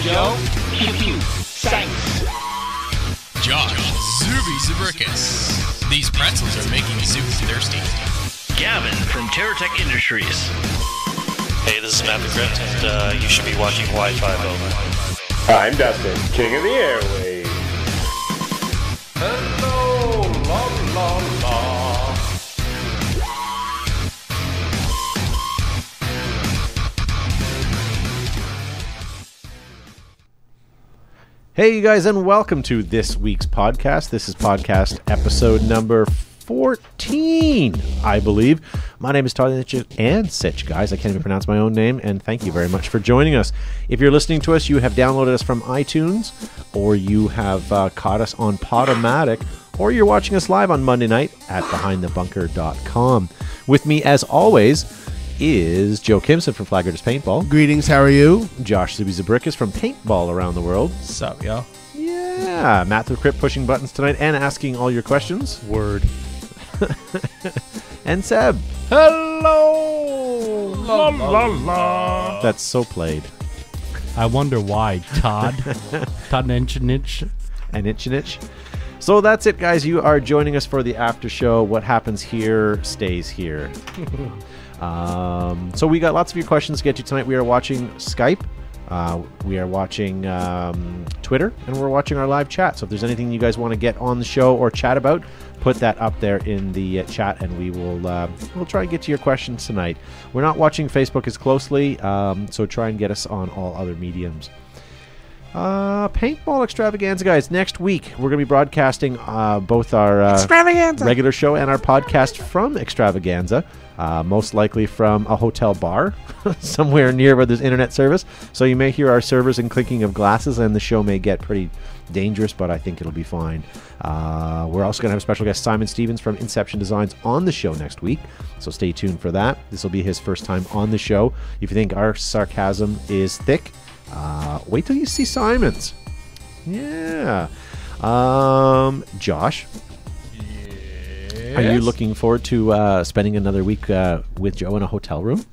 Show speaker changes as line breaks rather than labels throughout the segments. Joe, pew pew, Shanks.
Josh, Zuby Zubricus. These pretzels are making Zuby thirsty.
Gavin from TerraTech Industries.
Hey, this is Matt McGriff, and uh, you should be watching Wi-Fi over.
I'm Dustin, king of the airwaves.
Hello, la la la.
Hey, you guys, and welcome to this week's podcast. This is podcast episode number 14, I believe. My name is Todd Ancich- Ancich, guys. I can't even pronounce my own name, and thank you very much for joining us. If you're listening to us, you have downloaded us from iTunes, or you have uh, caught us on Podomatic, or you're watching us live on Monday night at BehindTheBunker.com. With me, as always, is Joe Kimson from Flaggers Paintball.
Greetings, how are you?
Josh Zubizabrikis from Paintball Around the World.
Sup, y'all?
Yeah, Matt the Crypt pushing buttons tonight and asking all your questions.
Word.
And Seb.
Hello! La, la, la.
That's so played.
I wonder why, Todd. Todd Ninchinich.
An itch and itch. So that's it, guys. You are joining us for the after show. What happens here stays here. um, so we got lots of your questions to get to tonight. We are watching Skype. Uh, we are watching um, Twitter and we're watching our live chat. So if there's anything you guys want to get on the show or chat about, put that up there in the uh, chat, and we will uh, we'll try and get to your questions tonight. We're not watching Facebook as closely, um, so try and get us on all other mediums. Uh, paintball extravaganza, guys. Next week, we're going to be broadcasting uh, both our uh, regular show and our podcast from extravaganza. Uh, most likely from a hotel bar somewhere near where there's internet service. So you may hear our servers and clinking of glasses, and the show may get pretty dangerous, but I think it'll be fine. Uh, we're also going to have special guest Simon Stevens from Inception Designs on the show next week, so stay tuned for that. This will be his first time on the show. If you think our sarcasm is thick, uh, wait till you see Simon's. Yeah. Um, Josh, are you looking forward to uh, spending another week uh, with Joe in a hotel room?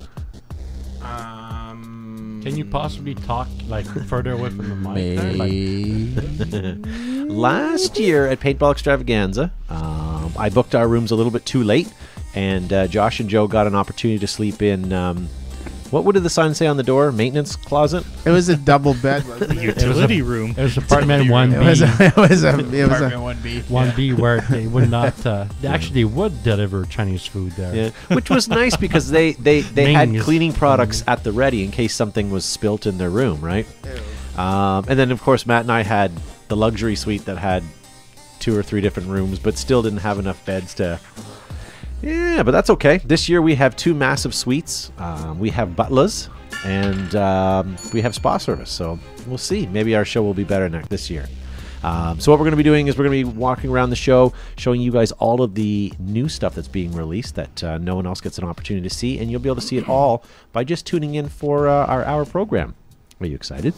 Can you possibly talk like further away from the mic? there? Like,
Last year at Paintball Extravaganza, um, I booked our rooms a little bit too late, and uh, Josh and Joe got an opportunity to sleep in. Um, what would the sign say on the door? Maintenance closet.
It was a double bed. Wasn't it?
Utility room.
it was apartment one
it was a.
B,
It was a. It was a
one B, where they would not. Uh, they actually would deliver Chinese food there.
Yeah, which was nice because they they they had
Ming is-
cleaning products at the ready in case something was spilt in their room, right? Um, and then of course Matt and I had the luxury suite that had two or three different rooms, but still didn't have enough beds to. Yeah, but that's okay. This year we have two massive suites. Um, we have butlers and um, we have spa service. So we'll see. Maybe our show will be better next this year. Um, so what we're going to be doing is we're going to be walking around the show, showing you guys all of the new stuff that's being released that uh, no one else gets an opportunity to see, and you'll be able to see it all by just tuning in for uh, our hour program. Are you excited?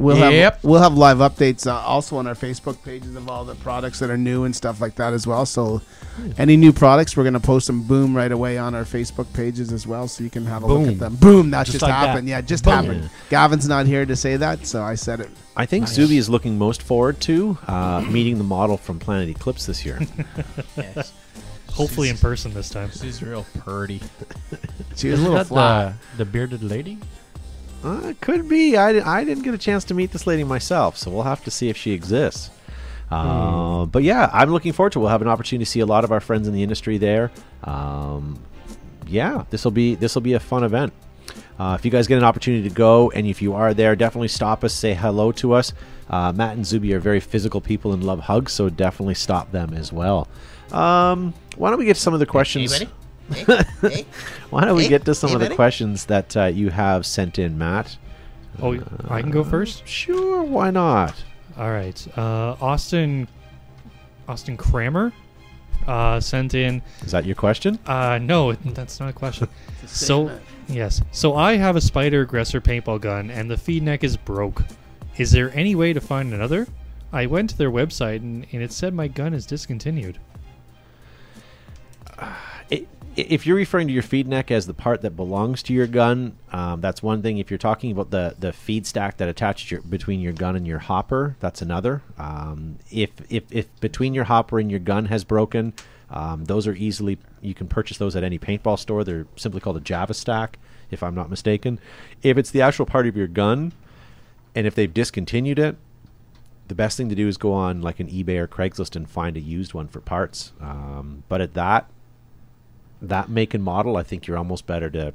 We'll
Yep.
have we'll have live updates uh, also on our Facebook pages of all the products that are new and stuff like that as well. So, any new products, we're gonna post them boom right away on our Facebook pages as well, so you can have a look
Boom.
at them. Boom! That just,
like that.
happened. Yeah, just
Boom.
happened. Gavin's not here to say that, so I said it.
I think Zuby is looking most forward to uh, meeting the model from Planet Eclipse this year.
Hopefully in person this time.
She's real purdy.
She was a
Isn't
little
that
flat.
the, the bearded lady?
Uh, could be. I, di- I didn't get a chance to meet this lady myself, so we'll have to see if she exists. Uh, But yeah, I'm looking forward to. it. We'll have an opportunity to see a lot of our friends in the industry there. Um, yeah, this will be this will be a fun event. Uh, if you guys get an opportunity to go, and if you are there, definitely stop us, say hello to us. Uh, Matt and Zuby are very physical people and love hugs, so definitely stop them as well. Um, why don't we get to some of the questions? why don't we get to some of the questions that uh, you have sent in, Matt?
Oh, I
Uh.
can go first.
Sure, why not?
All right. Uh, Austin, Austin Kramer, uh, sent in.
Is that your question?
Uh, no, it- that's not a question. so, yes. So I have a spider aggressor paintball gun, and the feed neck is broke. Is there any way to find another? I went to their website, and, and it said my gun is discontinued.
It, if you're referring to your feed neck as the part that belongs to your gun, um, that's one thing. If you're talking about the, the feed stack that attaches your, between your gun and your hopper, that's another. Um, if, if if between your hopper and your gun has broken, um, those are easily you can purchase those at any paintball store. They're simply called a Java stack, if I'm not mistaken. If it's the actual part of your gun, and if they've discontinued it, the best thing to do is go on like an eBay or Craigslist and find a used one for parts. Um, but at that that make and model, I think you're almost better to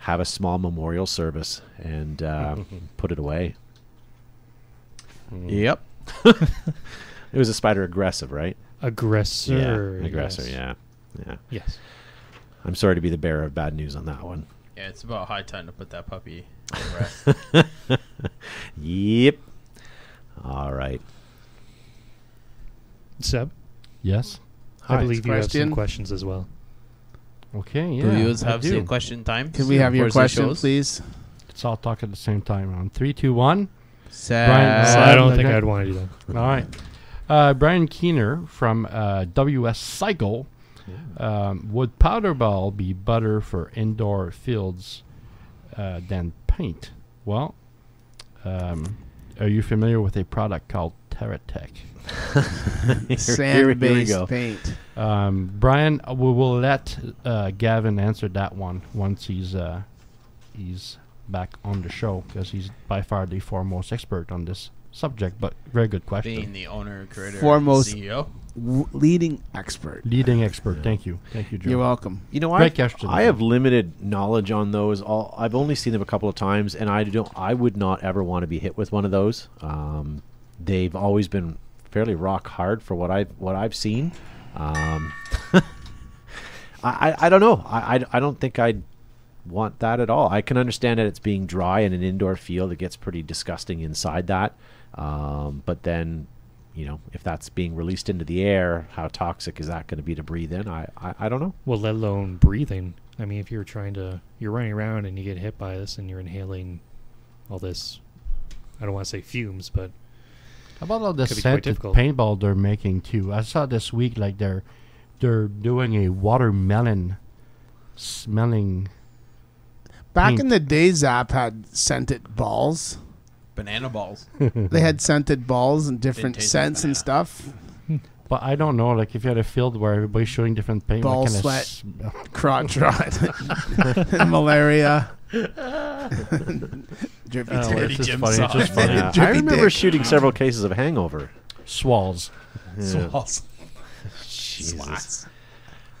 have a small memorial service and uh, put it away. Yep. it was a spider aggressive, right?
Aggressor.
yeah, aggressor.
yes.
Yeah, yeah.
Yes.
I'm sorry to be the bearer of bad news on that one.
Yeah, it's about high time to put that puppy to rest.
Yep. All right.
Seb,
Yes.
I
Hi.
believe you have some
Question.
questions as well.
Okay. Yeah.
Do viewers
I
have
do.
some question time?
Can we have your
Where's the
question,
shows?
please?
Let's all talk at the same time. On three, two, one.
Uh,
Sad.
I
Brian,
don't
like
think
that.
I'd want to do that.
All right. Uh, Brian Keener from uh, WS Cycle. Um, would powder ball be better for indoor fields uh, than paint? Well, um, are you familiar with a product called TerraTech?
here we
Sand based
go.
paint.
Um, Brian, uh, we will let uh, Gavin answer that one once he's uh, he's back on the show because he's by far the foremost expert on this subject. But very good
Being
question,
the owner, creator, E
Foremost-
CEO.
W- leading expert.
leading expert. Thank you, thank you, Joe.
You're welcome.
You know,
Great
I,
question.
I have limited knowledge on those. All I've only seen them a couple of times, and I don't. I would not ever want to be hit with one of those. Um, they've always been fairly rock hard for what I've what I've seen. Um, I, I I don't know. I, I I don't think I'd want that at all. I can understand that it's being dry in an indoor field. It gets pretty disgusting inside that. Um, but then, you know, if that's being released into the air, how toxic is that going to be to breathe in? I, I, I don't know.
Well, let alone breathing. I mean, if you're trying to, you're running around and you get hit by this and you're inhaling all this, I don't want to say fumes, but
How about all the
Could be quite
scented
difficult.
paintball they're making too? I saw this week like they're they're doing a watermelon smelling.
Back
Paint.
in the day, Zap had scented balls.
Banana balls.
They had scented balls and different
Didn't taste
scents and stuff.
But I don't know, like if you had a field where everybody's shooting different paint,
Ball
what kind
sweat.
of
Crotch rot, malaria, drippy
Uh, well,
tip.
it's just funny. It's just funny.
Yeah, I
Drippy
remember
dick.
shooting several cases of hangover.
Swalls.
Balls.
Jesus.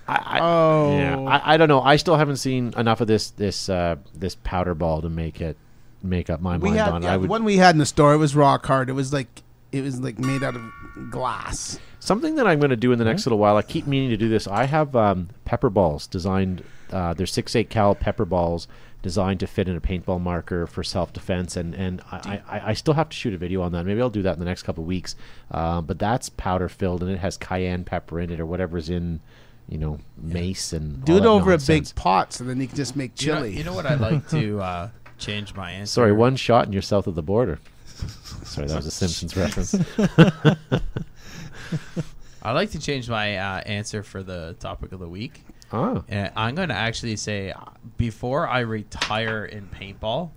I, I,
Oh,
yeah, I, I don't know. I still haven't seen enough of this this uh, this powder ball to make it make up my
we
mind
had
on.
yeah,
I
the
would
one we had in the store. It was rock hard. It was like it was like made out of glass.
something that I'm going to do
Mm-hmm.
in the next little while. I keep meaning to do this. I have um, pepper balls designed. Uh, they're six eight cal pepper balls designed to fit in a paintball marker for self defense, and and I, I, I still have to shoot a video on that. Maybe I'll do that in the next couple of weeks. Um, but that's powder filled, and it has cayenne pepper in it or whatever's in. You know, mace and
Do
all
it
that
over a
nonsense.
big pot, so then you can just make
You know,
chili.
you know what I'd like to uh, change my answer?
Sorry, one shot and you're south of the border. Sorry, that was a Simpsons reference.
I'd like to change my uh, answer for the topic of the week.
Oh,
And Eh, I'm going to actually say uh, before I retire in paintball,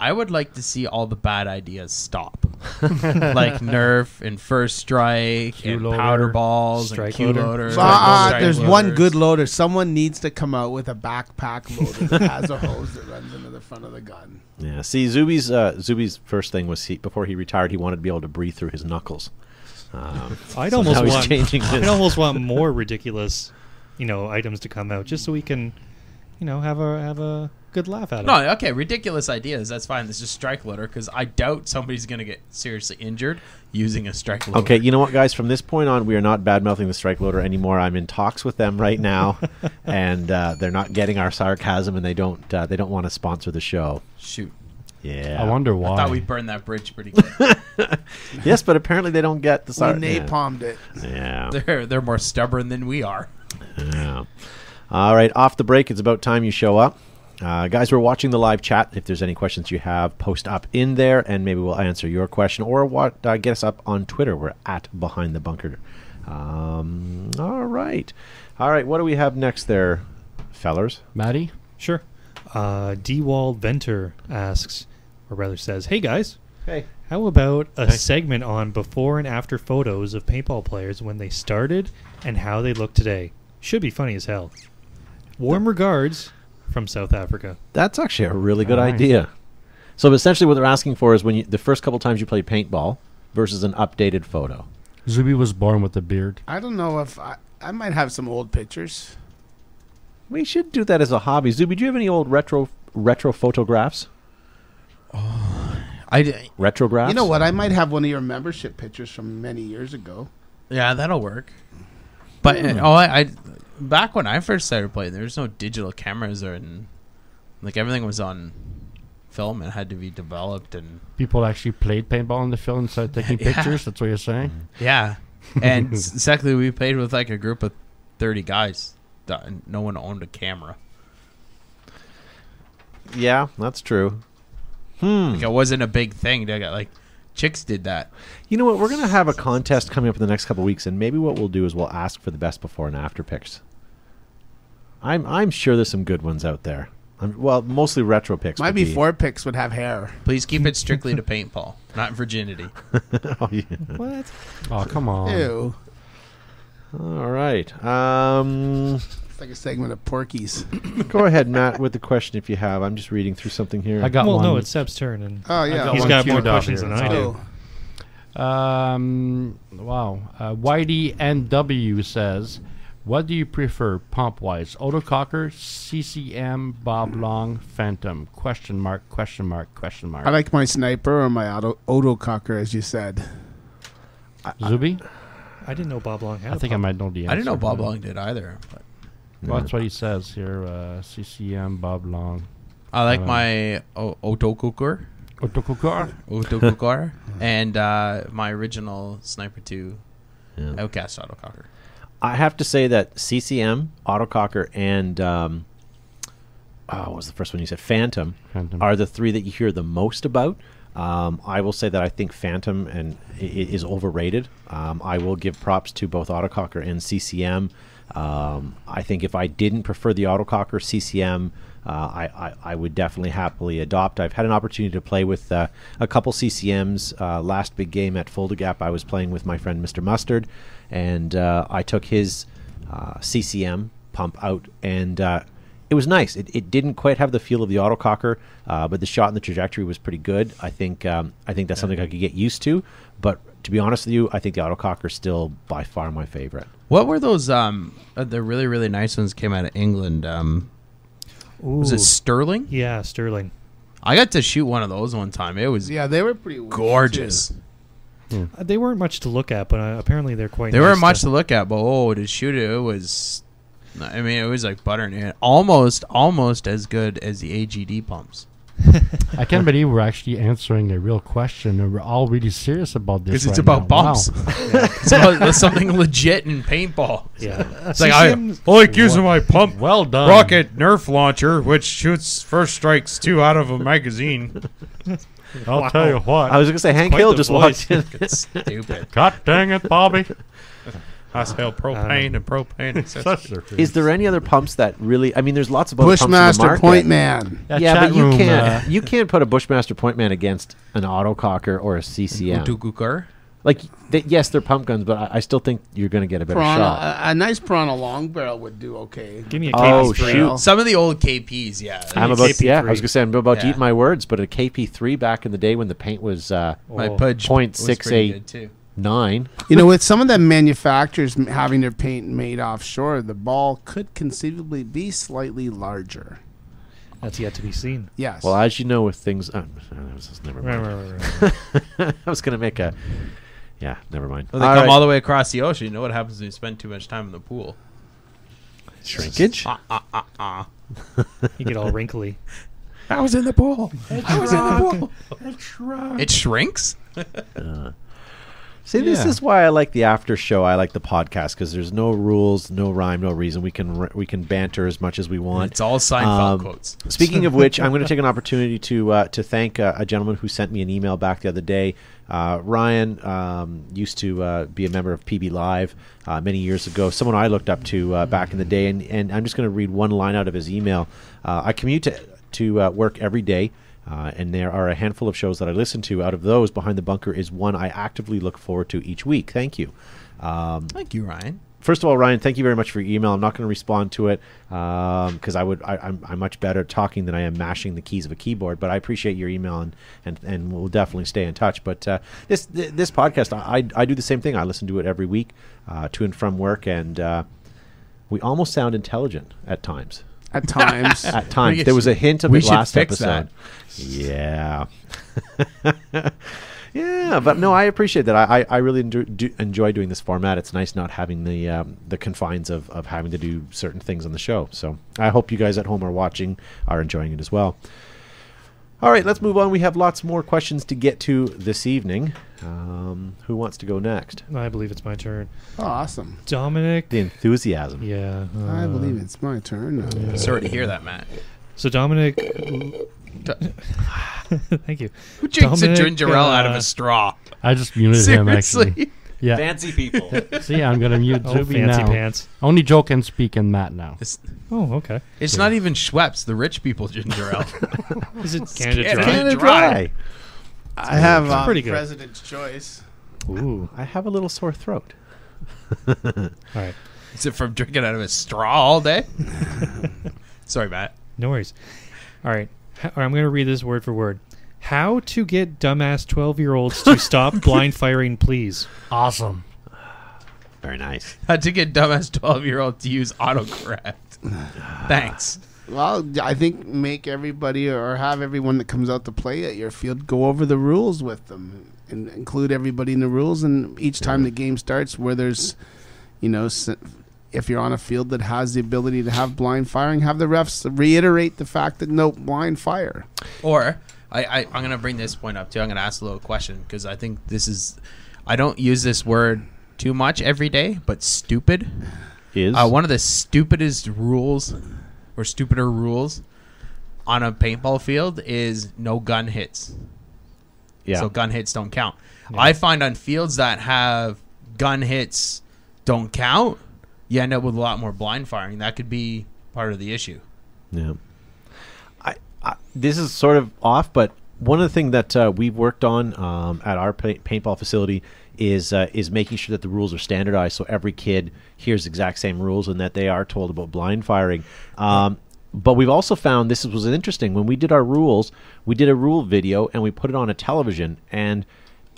I would like to see all the bad ideas stop. like Nerf and First Strike
Q
and
loader,
Powder Balls
strike
and Q
loader.
Loader.
Uh, uh,
strike
there's one
loaders.
good loader. Someone needs to come out with a backpack loader that has a hose that runs into the front of the gun.
yeah. See, Zuby's uh, Zuby's first thing was he before he retired, he wanted to be able to breathe through his knuckles. Um,
I'd
so
almost
now he's
want,
changing
I'd
this.
almost want more ridiculous, you know, items to come out just so we can, you know, have a have a good laugh at it.
No, okay, ridiculous ideas. That's fine. This is strike loader because I doubt somebody's going to get seriously injured using a strike loader.
Okay, you know what, guys? From this point on, we are not bad mouthing the strike loader anymore. I'm in talks with them right now, and uh, they're not getting our sarcasm, and they don't uh, they don't want to sponsor the show.
Shoot.
Yeah,
I wonder
I
why.
thought we burned that bridge pretty good.
yes, but apparently they don't get the
We
sar- yeah.
napalmed it.
Yeah.
they're, they're more stubborn than we are.
Yeah. All right, off the break, it's about time you show up. Uh, guys, we're watching the live chat. If there's any questions you have, post up in there, and maybe we'll answer your question or what, uh, get us up on Twitter. We're at Behind the Bunker Um, all right. All right. What do we have next there, fellers?
Maddie?
Sure. Uh, Dwall Venter asks, or rather says, "Hey guys,
Hey.
how about a segment on before and after photos of paintball players when they started and how they look today? Should be funny as hell." Warm regards from South Africa.
That's actually a really good
Nice.
idea. So essentially, what they're asking for is when you, the first couple times you played paintball versus an updated photo.
Zuby was born with a beard.
I don't know if I, I might have some old pictures.
We should do that as a hobby. Zuby, do you have any old retro retro photographs?
I d-
Retrographs?
You know what? I might have one of your membership pictures from many years ago.
yeah, that'll work. But uh, oh, I, I back when I first started playing, there was no digital cameras or and like everything was on film and had to be developed and
People actually played paintball in the film and started taking
Yeah. Mm-hmm.
pictures. That's what you're saying?
yeah. And s- secondly, we played with like a group of thirty guys. that- and No one owned a camera.
Yeah, that's true.
Like it wasn't a big thing. They got like chicks did that.
You know what? We're gonna have a contest coming up in the next couple weeks, and maybe what we'll do is we'll ask for the best before and after pics. I'm I'm sure there's some good ones out there. I'm, well, mostly retro pics.
My
would
before pics would have hair.
Please keep it strictly to paintball, not virginity.
Oh, yeah.
What?
Oh, come on.
Ew.
All right. Um,
It's like a segment of Porkies.
go ahead, Matt, with the question if you have. I'm just reading through something here.
I got
well,
one.
no, it's Seb's turn, and
Oh,
I
yeah.
got
he's
one
got
queued
more
up
questions
here.
than I do.
Oh,
Um, wow. Uh, YDNW says, what do you prefer pump-wise? Autococker, CCM, Bob Long, Phantom? Question mark, question mark, question mark.
I like my sniper or my auto, otococker, as you said.
Zuby?
I didn't know Bob Long had.
I
a
think I
pub.
might know the answer.
I didn't know Bob Long did either. But
Well, that's what he says here. Uh, CCM, Bob Long.
I like
Uh,
my o- Otokukur,
Autococker?
Otokukur, and uh, my original Sniper 2 Outcast Autococker.
I have to say that CCM, Autococker, and um, oh, what was the first one you said? Phantom,
Phantom.
are the three that you hear the most about. Um, I will say that I think Phantom and i- i- is overrated. Um, I will give props to both Autococker and CCM. Um, I think if I didn't prefer the Autococker, CCM, uh, I, I, I would definitely happily adopt. I've had an opportunity to play with uh, a couple CCMs. Uh, last big game at Folder Gap, I was playing with my friend Mr. Mustard, and uh, I took his uh, CCM pump out, and uh, it was nice. It, it didn't quite have the feel of the autococker, uh, but the shot and the trajectory was pretty good. I think um, I think that's something I could get used to. But to be honest with you, I think the autococker is still by far my favorite.
What were those? Um, uh, the really really nice ones came out of England. Um, was
Ooh.
it Sterling?
yeah, Sterling.
I got to shoot one of those one time. It was
Yeah, they were pretty weird,
gorgeous.
too.
Uh, They weren't much to look at, but uh, apparently they're quite.
They
nice
weren't much
to-
to look at, but oh, to shoot it, it was. I mean, it was like butter, and it- almost, almost as good as the AGD pumps.
I can't believe we're actually answering a real question, and we're all really serious about this.
Because it's about
right now.
bumps. it's about something legit in paintball.
Yeah.
It's like I,
CCMs
I like using my pump
Wow. Well done.
rocket Nerf launcher, which shoots first strikes two out of a magazine.
I'll tell you
I
what.
was going to say Hank
quite
Hill
the
just
voice.
walked in.
It's stupid.
God dang it, Bobby.
I sell propane and propane accessories.
Is there any other pumps that really? I mean, there's lots of other pumps in the
Bushmaster
market.
Point Man.
That
yeah,
chat
but you
room,
can't
uh,
you can't put a Bushmaster Point Man against an autococker or a CCM.
Utukukur.
Like, th yes, they're pump guns, but I, I still think you're going to get a better shot.
Piranha, a, a nice piranha long barrel would do okay.
Give me a
Oh,
oh,
shoot.
Well,
Some of the old KPs, yeah.
I'm
mean,
about
KP3.
yeah. I was gonna say I'm about to
Yeah.
eat my words, but a KP3 back in the day when the paint was uh,
my
Oh.
pudge
Point
was
six
pretty
eight.
good, too.
nine.
You know, with some of the manufacturers m- having their paint made offshore, the ball could conceivably be slightly larger.
That's yet to be seen.
Yes.
Well, as you know, with things, uh, that was just- never
Right,
mind.
right, right, right.
I was gonna make a, yeah, never mind.
Well, they
All
come
right.
all the way across the ocean. You know what happens when you spend too much time in the pool?
shrinkage.
Uh,
You get all wrinkly.
I was in the uh. pool. I was in the pool. It shrinks.
See, this
Yeah.
is why I like the after show. I like the podcast because there's no rules, no rhyme, no reason. We can r- we can banter as much as we want.
It's all Seinfeld
Um,
quotes.
Speaking of which, I'm going to take an opportunity to uh, to thank uh, a gentleman who sent me an email back the other day. Uh, Ryan um, used to uh, be a member of PB Live uh, many years ago. Someone I looked up to uh, back in the day, and, and I'm just going to read one line out of his email. Uh, I commute to, to uh, work every day. Uh, and there are a handful of shows that I listen to. Out of those, Behind the Bunker is one I actively look forward to each week. Thank you. Um,
Thank you, Ryan.
first of all, Ryan, thank you very much for your email. I'm not going to respond to it because I would I, I'm, I'm much better at talking than I am mashing the keys of a keyboard. But I appreciate your email and and, and we'll definitely stay in touch. But uh, this th- this podcast, I, I I do the same thing. I listen to it every week uh, to and from work, and uh, we almost sound intelligent at times.
At times.
At times,
should-
there was a hint of
we
it
should
last
fix
episode. Yeah. Yeah, but no, I appreciate that. I, I, I really enjoy, do, enjoy doing this format. It's nice not having the um, the confines of, of having to do certain things on the show. So I hope you guys at home are watching are enjoying it as well. All right, let's move on. We have lots more questions to get to this evening. Um, who wants to go next?
I believe it's my turn.
oh, awesome.
Dominic.
The enthusiasm.
yeah.
I
uh,
believe it's my turn. now.
Sorry to hear that, Matt.
So Dominic. Thank you.
Who drinks a
Dominic,
ginger ale out of
uh,
a straw?
I just muted him actually.
Seriously.
Yeah.
Fancy people.
See, I'm gonna mute
Oh,
Zuby
fancy
now.
pants.
Only Joe can speak and Matt now.
It's,
Oh, okay.
it's not even Schweppes, the rich people ginger ale.
Is it Canada
Canada
Dry?
Kinda
Dry.
I have um,
pretty good.
President's Choice.
Ooh.
I have a little sore throat.
All right.
Is it from drinking out of a straw all day? Sorry, Matt.
No worries. All right. H- all right, I'm going to read this word for word. How to get dumbass 12 year olds to stop blind firing, please.
Awesome.
Very nice.
How to get dumbass 12 year old to use autocorrect. Thanks.
Well, I think make everybody or have everyone that comes out to play at your field go over the rules with them and include everybody in the rules. And each time the game starts, where there's, you know, s- if you're on a field that has the ability to have blind firing, have the refs reiterate the fact that no blind fire.
Or I, I I'm gonna bring this point up too. I'm gonna ask a little question because I think this is I don't use this word too much every day, but stupid.
Is
Uh, one of the stupidest rules or stupider rules on a paintball field is no gun hits.
yeah.
So gun hits don't count. I find on fields that have gun hits don't count, you end up with a lot more blind firing. That could be part of the issue.
Yeah. I, I this is sort of off, but one of the things that uh, we've worked on um, at our paint, paintball facility is uh, is making sure that the rules are standardized, so every kid hears the exact same rules and that they are told about blind firing. Um, but we've also found this was interesting when we did our rules. We did a rule video and we put it on a television, and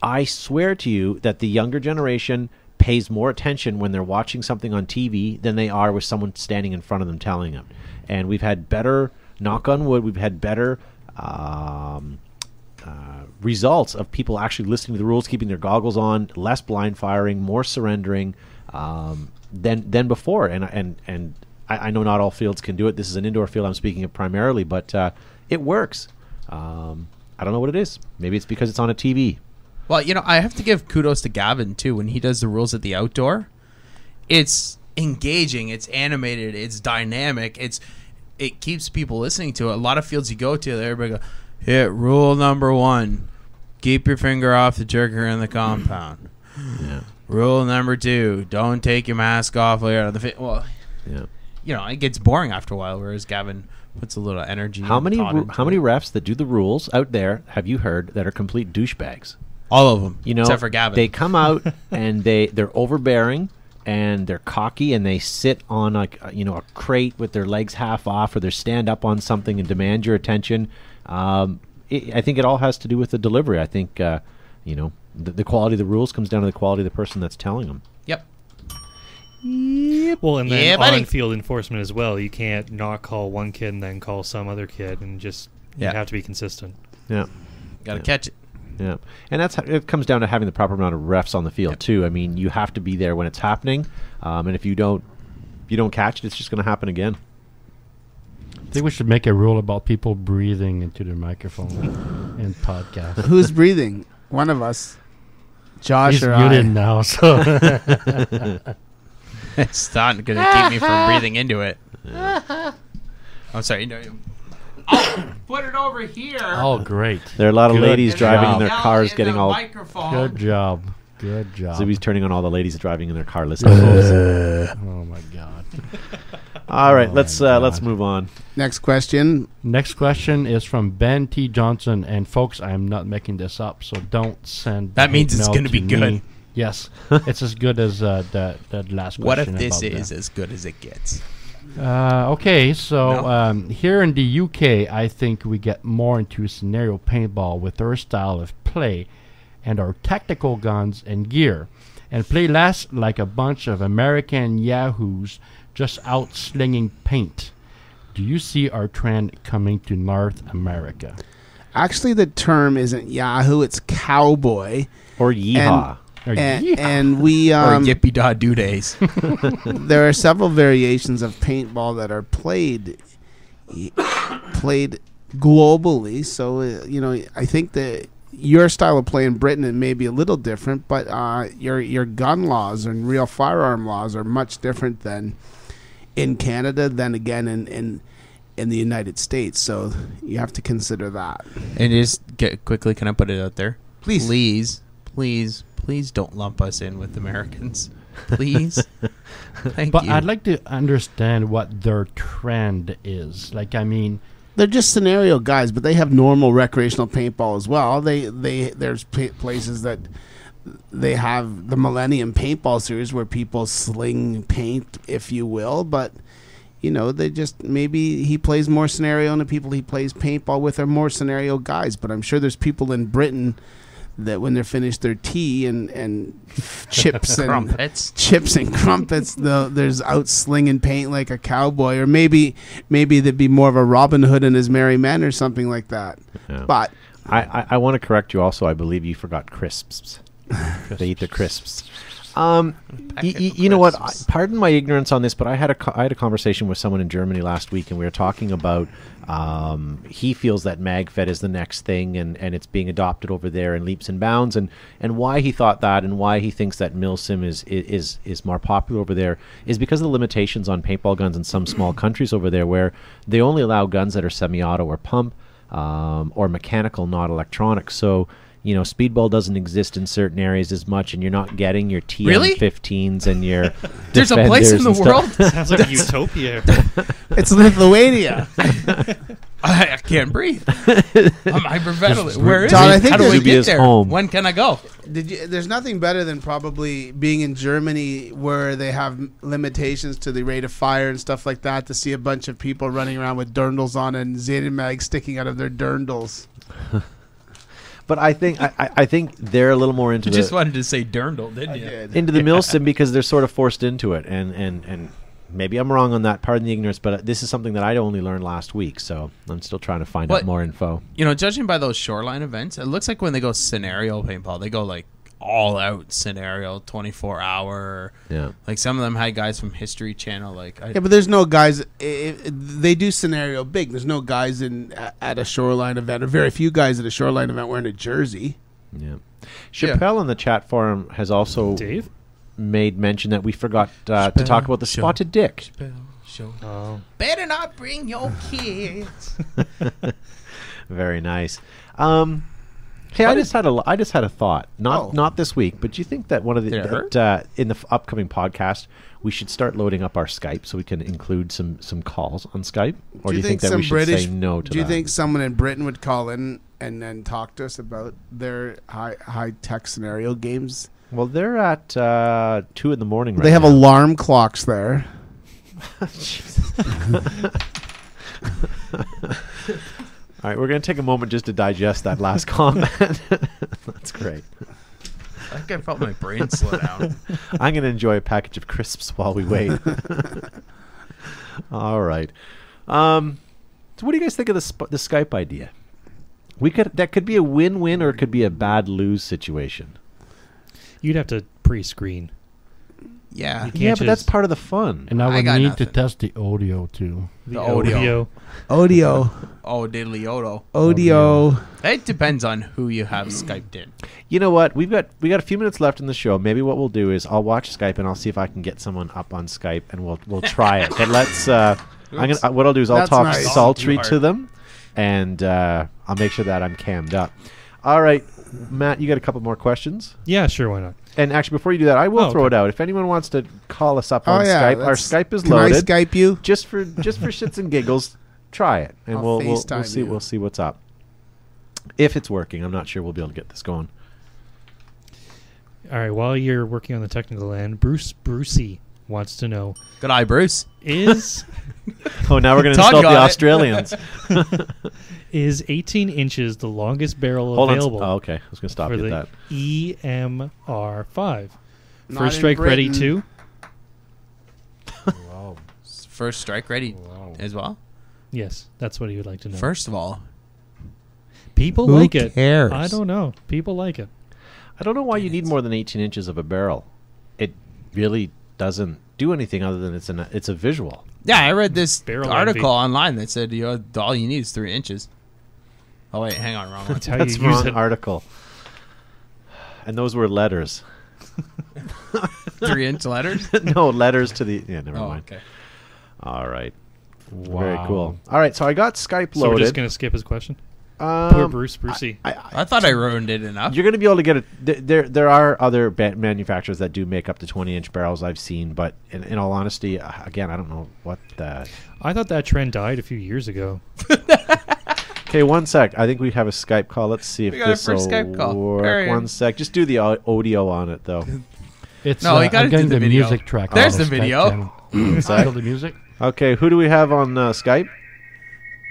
I swear to you that the younger generation pays more attention when they're watching something on TV than they are with someone standing in front of them telling them. And we've had better, knock on wood, we've had better um, uh, results of people actually listening to the rules, keeping their goggles on, less blind firing, more surrendering um, than than before. And and and I, I know not all fields can do it. This is an indoor field I'm speaking of primarily, but uh, it works. Um, I don't know what it is. Maybe it's because it's on a TV.
Well, you know, I have to give kudos to Gavin too when he does the rules at the outdoor. It's engaging, it's animated, it's dynamic, it's it keeps people listening to it. A lot of fields you go to, everybody go, hit rule number one. Keep your finger off the jerker in the compound. Rule number two, don't take your mask off while you're out of the fi-. Well,
Yeah.
you know, it gets boring after a while, whereas Gavin puts a little energy.
How
and
many
thought
ru-
into
how
it.
many refs that do the rules out there have you heard that are complete douchebags?
All of them,
You know,
except for Gavin.
they come out and they they're overbearing and they're cocky and they sit on like a, you know a crate with their legs half off or they stand up on something and demand your attention. Um, it, I think it all has to do with the delivery. I think uh, you know the, the quality of the rules comes down to the quality of the person that's telling them.
yep.
Well, and then
Yeah, buddy.
on field enforcement as well. You can't not call one kid and then call some other kid and just
Yeah.
you have to be consistent.
Yeah.
Got to catch it.
Yeah, and that's it comes down to having the proper amount of refs on the field too. I mean, you have to be there when it's happening, um, and if you don't, if you don't catch it, it's just going to happen again.
I think we should make a rule about people breathing into their microphone in podcasts.
Who's breathing? One of us. Josh
He's
or
muted
I.
now, so
It's not going to keep me from breathing into it. I'm sorry. No, Oh, put it over here.
oh great,
There are a lot of
Good
ladies
job.
driving in
Now
their cars, getting
Oh,
all.
good job, good job.
Zuby's turning on all the ladies driving in their car, listening. to us.
Oh my god.
all right,
Oh
let's
my
uh, let's
God.
move on.
Next question.
Next question is from Ben T. Johnson, and folks, I am not making this up, so don't send.
That means
hate
it's
mail
gonna be
me.
good.
Yes, it's as good as uh, that that last.
What if
question
this
about
is
that.
as good as it gets?
Uh, okay, so
No.
um, here in the UK, I think we get more into scenario paintball with our style of play and our tactical guns and gear, and play less like a bunch of American yahoos just out slinging paint. Do you see our trend coming to North America?
Actually, the term isn't Yahoo; it's cowboy.
Or yeehaw.
Or
And,
yeehaw.
and we
or
um,
yippee da doo days?
there are several variations of paintball that are played played globally. So uh, you know, I think that your style of play in Britain it may be a little different, but uh, your your gun laws and real firearm laws are much different than in Canada than again in in in the United States. So you have to consider that.
and just get, quickly, can I put it out there?
Please.
please, please, please don't lump us in with Americans. Please, thank
But
you.
I'd like to understand what their trend is. Like, I mean,
They're just scenario guys, but they have normal recreational paintball as well. They they there's pa- places that they have the Millennium Paintball series where people sling paint, if you will. But you know, they just maybe he plays more scenario, and the people he plays paintball with are more scenario guys. But I'm sure there's people in Britain that when they're finished their tea and and chips and
Crumpets.
chips and crumpets though there's out slinging paint like a cowboy or maybe maybe there'd be more of a robin hood and his merry men or something like that
Yeah.
but
I, I, I want to correct you also. I believe you forgot crisps. They eat the crisps. Um, y- y- you know what? I, pardon my ignorance on this, but I had a co- I had a conversation with someone in Germany last week, and we were talking about um, he feels that magfed is the next thing, and, and it's being adopted over there in leaps and bounds, and, and why he thought that, and why he thinks that milsim is is is more popular over there is because of the limitations on paintball guns in some small countries over there, where they only allow guns that are semi-auto or pump um, or mechanical, not electronic. So you know, speedball doesn't exist in certain areas as much, and you're not getting your
Really?
TM15s and your
There's a place
Defenders
in the
and stuff.
world
Sounds like utopia.
it's lithuania
I, I can't breathe. I'm hyperventilating. Where is
Todd, I
it?
think
How do I get
there's-
Zubia's
there?
home.
When can I go?
Did you, there's nothing better than probably being in germany where they have limitations to the rate of fire and stuff like that to see a bunch of people running around with dirndls on and zanimags sticking out of their dirndls
But I think I, I I think they're a little more into
You
the
just wanted to say Dirndl, didn't you?
Did.
into the milsim because they're sort of forced into it, and and and maybe I'm wrong on that. Pardon the ignorance, but this is something that I only learned last week, so I'm still trying to find out
What?
more info.
You know, judging by those shoreline events, it looks like when they go scenario paintball, they go like all out scenario, 24 hour.
Yeah.
Like some of them had guys from History Channel. Like, I,
Yeah, but there's no guys. i i they do scenario big. There's no guys in a- at a shoreline event, or very few guys at a shoreline event wearing a jersey.
Yeah.
Yeah.
Chappelle in the chat forum has also
Dave?
made mention that we forgot uh, to talk about the
Chappelle.
spotted dick.
Oh.
better not bring your kids.
Very nice. Um, hey, I just had a l- I just had a thought. Not
Oh.
not this week, but do you think that one of the
Did it hurt?
that, uh, in the f- upcoming podcast we should start loading up our Skype so we can include some some calls on Skype? Or do you think, that we should say no to
Do you
that?
think someone in Britain would call in and then talk to us about their high high tech scenario games?
Well, they're at uh, two in the morning. Right
they have
now.
alarm clocks there.
All right, we're going to take a moment just to digest that last comment. That's great.
I think I felt my brain slow down.
I'm going to enjoy a package of crisps while we wait. All right. Um, so, what do you guys think of the sp- the Skype idea? We could that could be a win win or it could be a bad lose situation.
You'd have to pre-screen.
Yeah.
Can't
yeah, but that's
just-
part of the fun.
And I
I
would
got
need
nothing.
to test the audio too.
The audio.
Audio. Oh,
Oh, diddly odo.
Audio.
It depends on who you have Skyped in.
You know what? We've got we got a few minutes left in the show. Maybe what we'll do is I'll watch Skype and I'll see if I can get someone up on Skype and we'll we'll try it. But let's. Uh, I'm gonna, uh, what I'll do is I'll
That's
talk
nice.
sultry
You are-
to them, and uh, I'll make sure that I'm cammed up. All right, Matt, you got a couple more questions.
Yeah, sure, why not?
And actually, before you do that, I will
Oh,
throw
okay.
it out. If anyone wants to call us up
Oh
on
yeah.
Skype, our
that's-
Skype is
can
loaded.
I Skype you?
Just for just for shits and giggles, try it, and
I'll
we'll, we'll we'll
FaceTime
see
you.
we'll see what's up. If it's working, I'm not sure we'll be able to get this going.
All right, while you're working on the technical end, Bruce Brucey wants to know
Good eye, Bruce.
is
Oh, now we're going to
Todd
insult the
got it.
Australians.
is 18 inches the longest barrel
Hold
available
on. Oh, okay. I was going to stop
for
you at
the E
that.
EMR5?
Not
First
in
strike ready
Britain.
two.
First strike ready as well.
Yes, that's what he would like to know.
First of all,
People
who
like
cares?
it. I don't know. People like it.
I don't know why you need more than 18 inches of a barrel. It really doesn't do anything other than it's an it's a visual.
yeah, I read this
Barrel
article
envy.
online that said you know, all you need is three inches. Oh wait, hang on, wrong one.
That's how
That's
you use
wrong
it.
article. And those were letters.
three inch letters.
no, letters to the Yeah, never
Oh,
mind.
okay.
All right. Very cool. All right, so I got Skype
So we're just
loaded.
going to skip his question.
Um,
Poor Bruce Brucey.
I thought I ruined it enough.
You're going to be able to get it. th- There, there are other ba- manufacturers that do make up to 20 inch barrels. I've seen, but in, in all honesty, uh, again, I don't know what the.
I thought that trend died a few years ago.
Okay, one sec. I think we have a Skype call. Let's see if
We got our
this will
first Skype call.
work.
Hurry.
One sec. Just do the au- audio on it though.
It's
No,
uh,
you gotta
I'm getting
do the video.
music track.
There's
on
the
Skype
video.
channel. Feel the music.
Okay, who do we have on uh, Skype?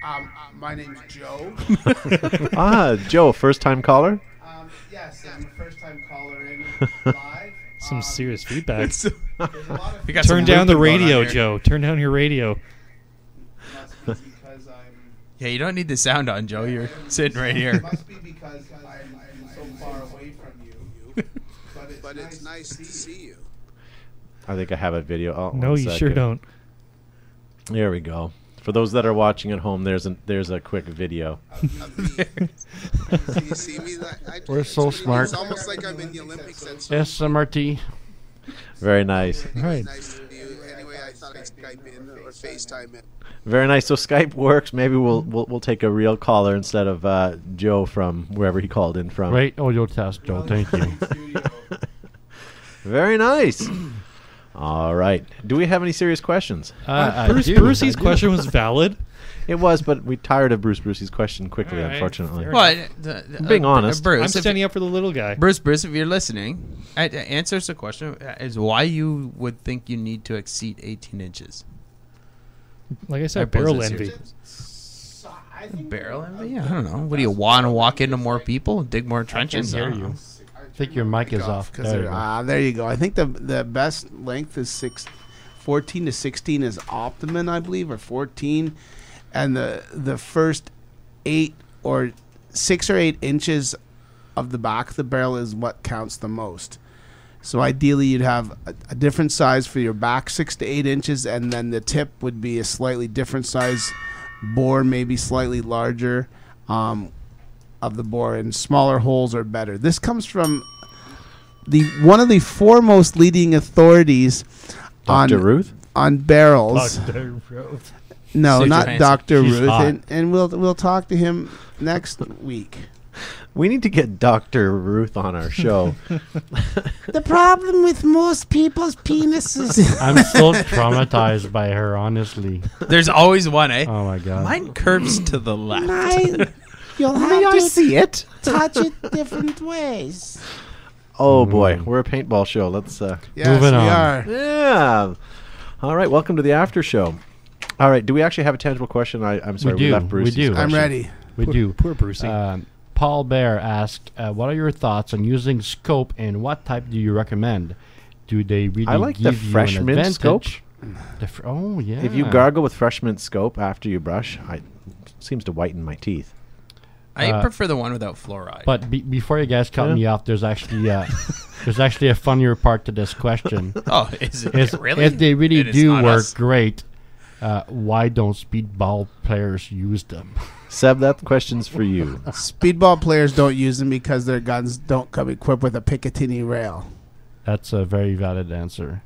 Um, uh, my name's Joe.
ah, Joe, first time caller.
Um, yes, I'm a first-time caller in live.
Some serious feedback.
It's-
There's a lot of
we got
Turn
some
down the
looping going on
radio,
here.
Joe. Turn down your radio.
must be because I'm
Yeah, you don't need the sound on, Joe. You're sitting right here.
must be because I'm, I'm so far away from you. But it's, nice, to see you.
I think I have a video. Oh,
No,
one
you sure
second.
don't.
There we go. For those that are watching at home, there's a there's a quick video.
Do you see me? That I,
We're so smart.
It's almost like I'm in the Olympics. That's
SMRT.
Very nice.
Right.
nice to you. Anyway, I thought I'd Skype in or FaceTime in.
Very nice. So Skype works. Maybe we'll we'll, we'll take a real caller instead of uh, Joe from wherever he called in from.
Great audio test, Joe. Thank you.
Very nice. All right. Do we have any serious questions?
Uh,
Bruce Brucey's question was valid.
It was, but we tired of Bruce Brucey's question quickly,
All right,
unfortunately.
fair enough.
Well, the- the-
Being
uh,
honest.
I'm
Bruce, if-
standing up for the little guy.
Bruce, Bruce, if you're listening, a- a- answers the question: uh, is why you would think you need to exceed 18 inches?
Like I
I
said,
pose
barrel
this
envy.
here. Barrel envy? I don't know. What do you want to walk into more people, and dig more trenches?
hear
I don't know.
you. I think your mic is off.
Because
There you
there,
go.
ah, there you go. I think the the best length is six, 14 to sixteen is optimum, I believe, or fourteen, and the the first eight or six or eight inches of the back of the barrel is what counts the most. So ideally, you'd have a, a different size for your back, six to eight inches, and then the tip would be a slightly different size bore, maybe slightly larger. Um, of the bore and smaller holes are better. This comes from the one of the foremost leading authorities on
Dr. Ruth?
on barrels. No,
Sue
not
Johansson.
Dr.
She's
Ruth
hot.
and, and we'll we'll talk to him next week.
We need to get Dr. Ruth on our show.
The problem with most people's penises
I'm so traumatized by her, honestly.
There's always one, eh?
Oh my god.
Mine curves to the left.
you'll
May I see it?
touch it different ways.
Oh, boy. We're a paintball show. Let's. Uh,
Yes,
Moving
we
on.
are.
yeah. All right. Welcome to the after show. All right. Do we actually have a tangible question? I, I'm sorry.
do,
left
we
Bruce's
do.
I'm
question.
ready. Uh,
we do.
Poor Brucey.
Um, Paul Bear asked, uh, "What are your thoughts on using scope, and what type do you recommend? Do they really
I like the
give you an
fresh mint
advantage?
scope.
The fr- oh yeah.
If you gargle with fresh mint scope after you brush, I, it seems to whiten my teeth.
I
Uh,
prefer the one without fluoride.
But be- before you guys cut me off, there's actually uh, There's actually a funnier part to this question.
Oh, is it
Is
really?
If they really
It is
do
not
work
us.
great, uh, why don't speedball players use them?
Seb, that question's for you.
Speedball players don't use them because their guns don't come equipped with a Picatinny rail.
That's a very valid answer.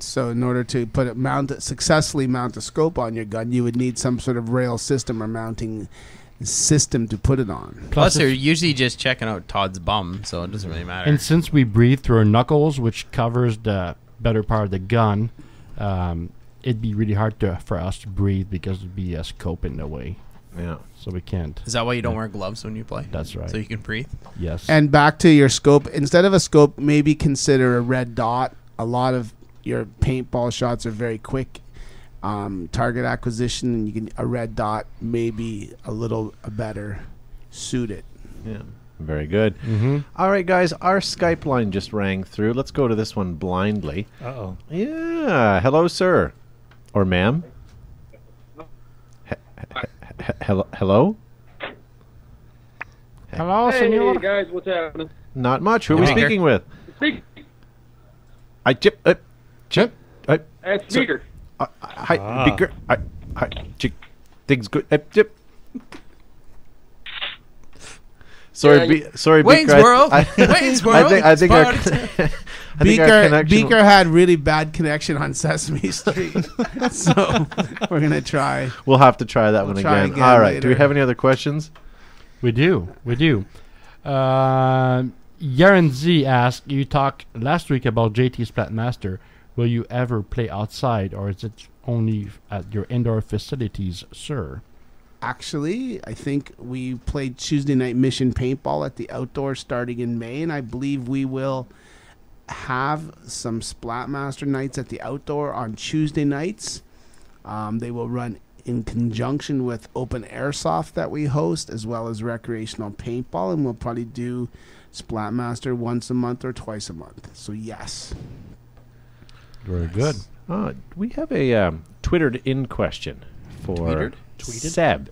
So, in order to put it mount it, successfully mount a scope on your gun, you would need some sort of rail system or mounting system to put it on.
Plus,
Plus, they're
it's-
usually just checking out Todd's bum, so it doesn't really matter.
And since we breathe through our knuckles, which covers the better part of the gun, um, it'd be really hard to, for us to breathe because it'd be a scope in the way.
Yeah.
So we can't.
is that why you don't wear gloves when you play?
That's right.
So you can breathe.
yes.
And back to your scope. Instead of a scope, maybe consider a red dot. A lot of your paintball shots are very quick. Um, target acquisition, and you can a red dot maybe a little better suited.
Yeah. Very good. Mm-hmm. All right, guys, our Skype line just rang through. Let's go to this one blindly.
Uh oh.
Yeah. Hello, sir. Or ma'am. He- he- he- Hello. Hello.
Hello, senor.
guys, what's happening?
Not much. Who are we
Speaker.
speaking with?
Speak.
I chip. Uh, chip. I.
That's
Speaker. I. I.
Ah.
Digger. I. I. Chick. Things good. Uh, chip. Sorry,
Yeah,
be, sorry,
Wayne's
Beaker. I-
World.
I,
Wayne's
I think, I think, our,
World.
I think our
Beaker,
connection.
Beaker had really bad connection on Sesame Street, so we're gonna try.
We'll have to try that
We'll
one
try
again.
again
All right. Do we
later.
have any other questions?
We do. We do. Uh, Yaren Z asked, you talked last week about JT's Platmaster. Will you ever play outside, or is it only at your indoor facilities, sir?
Actually, I think we played Tuesday night mission paintball at the outdoor starting in May, and I believe we will have some Splatmaster nights at the outdoor on Tuesday nights. Um, they will run in conjunction with Open Airsoft that we host, as well as recreational paintball, and we'll probably do Splatmaster once a month or twice a month. So yes.
Very good.
Uh, we have a um, twittered in question for
Tweetered?
Seb.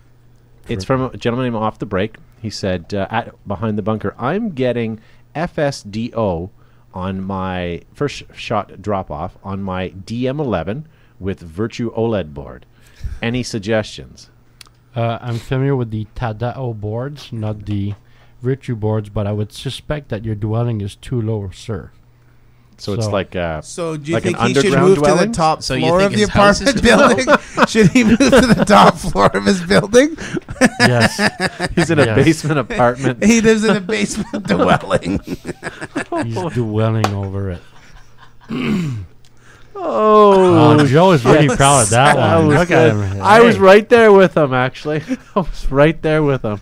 It's from a gentleman named Off the Break. He said, uh, "At behind the bunker, I'm getting FSDO on my first shot drop off on my DM11 with Virtue OLED board. Any suggestions?
Uh, I'm familiar with the Tadao boards, not the Virtue boards, but I would suspect that your dwelling is too low, sir.
So, it's
So-
like uh,
So do you
Like an
think he should
underground
move to
dwelling?
the top
So you
floor
think
of the
his house is
apartment building? should he move to the top floor of his building?
Yes.
he's in a
Yes.
basement apartment.
He lives in a basement dwelling.
He's dwelling over it.
Oh,
Oh, Joe is really proud of that
I
one.
was,
Look at
good.
him.
I was
Hey.
right there with him, actually. I was right there with him.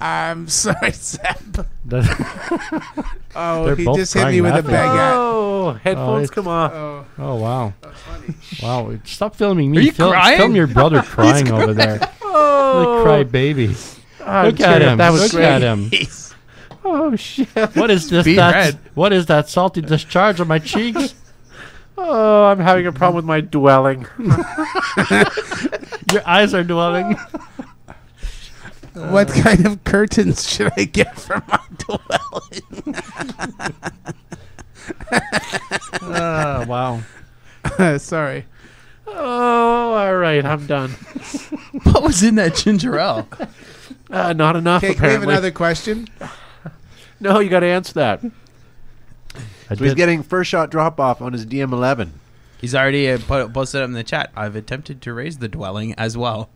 I'm sorry, Seb.
That-
Oh,
They're
he
both
just hit
crying
me with a
laughing.
big hat.
Oh, headphones
Oh,
come off.
Oh,
oh, wow. Wow. Stop filming me.
Are you
Fil-
crying?
Film your brother crying over there. Little cry baby.
Ah,
Look
cheer
at
up.
him.
That was
Look
great.
at him.
Jeez.
Oh shit.
What is this?
Be
That's,
red.
what is that salty discharge on my cheeks?
Oh, I'm having a problem with my dwelling.
Your eyes are dwelling.
Oh.
what kind of curtains should I get for my dwelling?
Ah, wow.
sorry.
Oh, all right. I'm done.
What was in that ginger ale?
Uh, not enough.
Okay, can we have
apparently.
another question?
No, you got to answer that.
I
He's
did,
getting first shot drop off on his DM11.
He's already uh, put, posted it in the chat. I've attempted to raise the dwelling as well.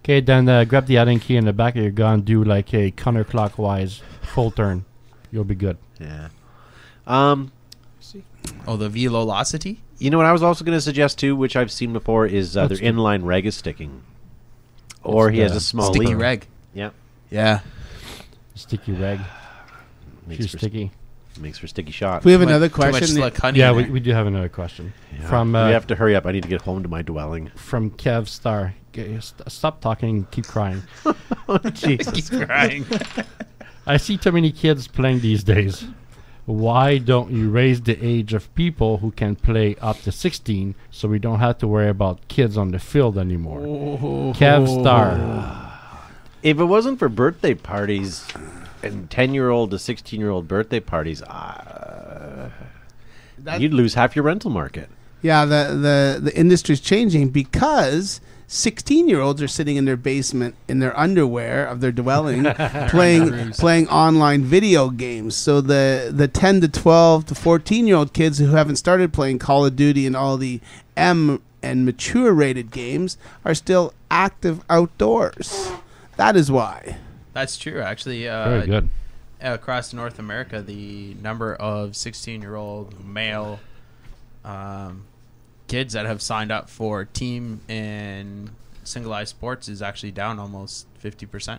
Okay, then uh, grab the adding key in the back of your gun. Do like a counterclockwise full turn. You'll be good.
Yeah. Um,
Oh, the velocity.
You know what I was also going to suggest too, which I've seen before, is uh, their inline reg is sticking, or
What's
he has
the
a small
Sticky
lead.
reg.
Yeah,
Yeah.
Sticky rag.
makes
She's
for,
sticky.
makes for sticky shot.
We
We,
have
Too
another
much- too much
question.
slick honey
Yeah,
in
we,
there.
we do have another question from uh,
have to hurry up. I need to get home to my dwelling.
from Kev Star. G- st- Stop talking. Keep crying.
He's crying.
I see too many kids playing these days. Why don't you raise the age of people who can play up to 16 so we don't have to worry about kids on the field anymore? Kev Star.
If it wasn't for birthday parties and ten year old to sixteen year old birthday parties, uh,
That-
You'd lose half your rental market.
Yeah, the the the industry's changing because 16-year-olds are sitting in their basement in their underwear of their dwelling playing playing online video games. So the the 10 to 12 to 14-year-old kids who haven't started playing Call of Duty and all the M and mature rated games are still active outdoors. That is why.
That's true, actually. Uh,
Very good.
Across North America, the number of 16 year old male um, kids that have signed up for team and single eye sports is actually down almost 50%.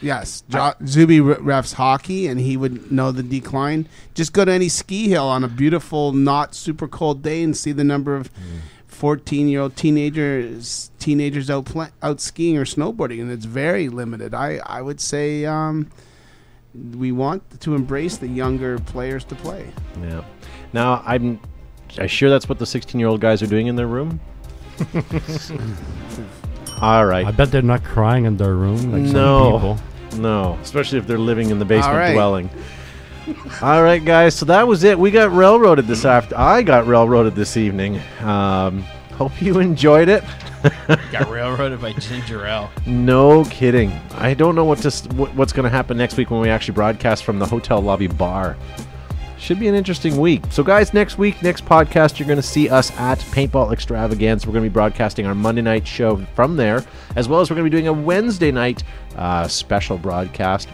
Yes, jo- Zuby re- refs hockey, and he would know the decline. Just go to any ski hill on a beautiful, not super cold day, and see the number of fourteen-year-old teenagers teenagers out pla out skiing or snowboarding, and it's very limited. I I would say um, we want to embrace the younger players to play.
Yeah. Now I'm, I sure that's what the 16 year old guys are doing in their room. All right.
I bet they're not crying in their room like some
no,
people.
no, especially if they're living in the basement
All right.
dwelling. All right, guys. So that was it. We got railroaded this after. I got railroaded this evening. Um, hope you enjoyed it.
Got railroaded by ginger ale.
No kidding. I don't know what to s- what, what's going to happen next week when we actually broadcast from the hotel lobby bar. Should be an interesting week. So, guys, next week, next podcast, you're going to see us at Paintball Extravaganza. We're going to be broadcasting our Monday night show from there, as well as we're going to be doing a Wednesday night uh, special broadcast.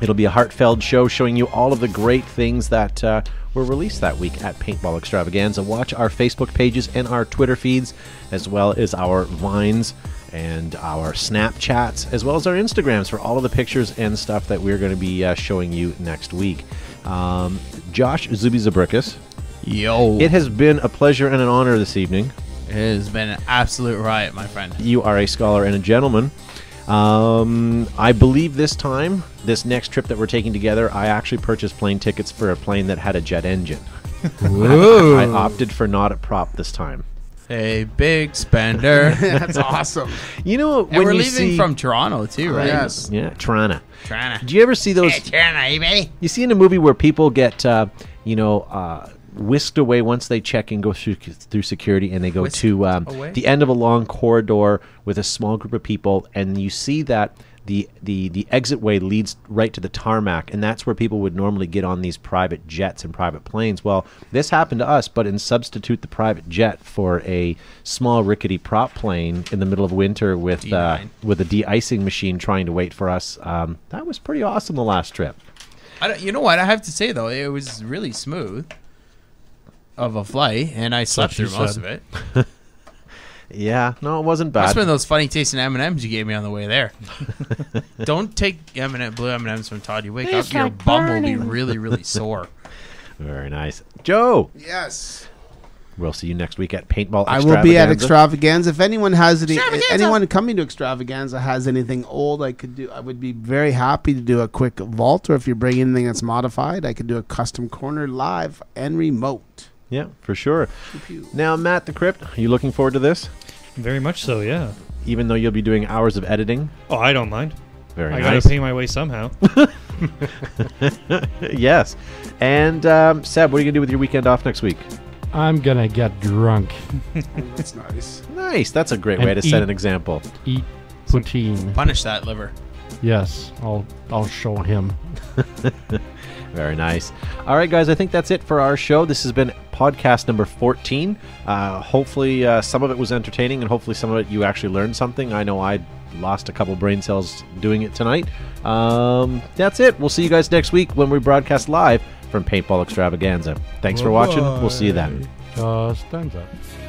It'll be a heartfelt show showing you all of the great things that uh, were released that week at Paintball Extravaganza. Watch our Facebook pages and our Twitter feeds, as well as our Vines and our Snapchats, as well as our Instagrams for all of the pictures and stuff that we're going to be uh, showing you next week. Um, Josh Zuby Zabrickus,
Yo.
it has been a pleasure and an honor this evening.
it has been an absolute riot, my friend.
You are a scholar and a gentleman. Um, I believe this time, this next trip that we're taking together, I actually purchased plane tickets for a plane that had a jet engine. I opted for not a prop this time.
A big spender.
That's awesome.
You know when
and we're
you
leaving
see-
from Toronto, too, right?
Yes.
yeah, Toronto.
Toronto.
Do you ever see those?
Toronto, baby.
You see in a movie where people get, uh, you know, uh, whisked away once they check and go through, through security, and they go
Whisked
to um,
away?
the end of a long corridor with a small group of people, and you see that the the the exit way leads right to the tarmac, and that's where people would normally get on these private jets and private planes. Well, this happened to us, but in substitute the private jet for a small rickety prop plane in the middle of winter with uh,
D9.
with a de-icing machine trying to wait for us. Um, that was pretty awesome the last trip.
I don't, you know what I have to say though it was really smooth of a flight and I slept
she
through most
said.
of it.
Yeah, no, it wasn't bad.
That's been those funny tasting M and M's you gave me on the way there. don't take M and m blue M and M's from Todd. You wake up, your bum will be really really sore.
Very nice, Joe.
Yes.
We'll see you next week at Paintball.
I will be at
Extravaganza.
Extravaganza. If anyone has any, anyone coming to Extravaganza has anything old, I could do. I would be very happy to do a quick vault, or if you bring anything that's modified, I could do a custom corner live and remote.
Yeah, for sure.
pew.
Now, Matt the Crypt, are you looking forward to this?
Very much so, yeah.
Even though you'll be doing hours of editing.
Oh, I don't mind.
Very
I
nice.
gotta pay my way somehow.
yes. And um, Seb, what are you gonna do with your weekend off next week?
I'm gonna get drunk,
That's nice.
Nice. That's a great
And
way to set
e-
eat.
an example.
eat poutine.
Punish that liver.
Yes, I'll I'll show him.
Very nice. All right, guys, I think that's it for our show. This has been podcast number 14. Uh, hopefully, uh, some of it was entertaining, and hopefully, some of it you actually learned something. I know I lost a couple brain cells doing it tonight. Um, that's it. We'll see you guys next week when we broadcast live from Paintball Extravaganza. Thanks for watching. We'll see you then.
Just ends up.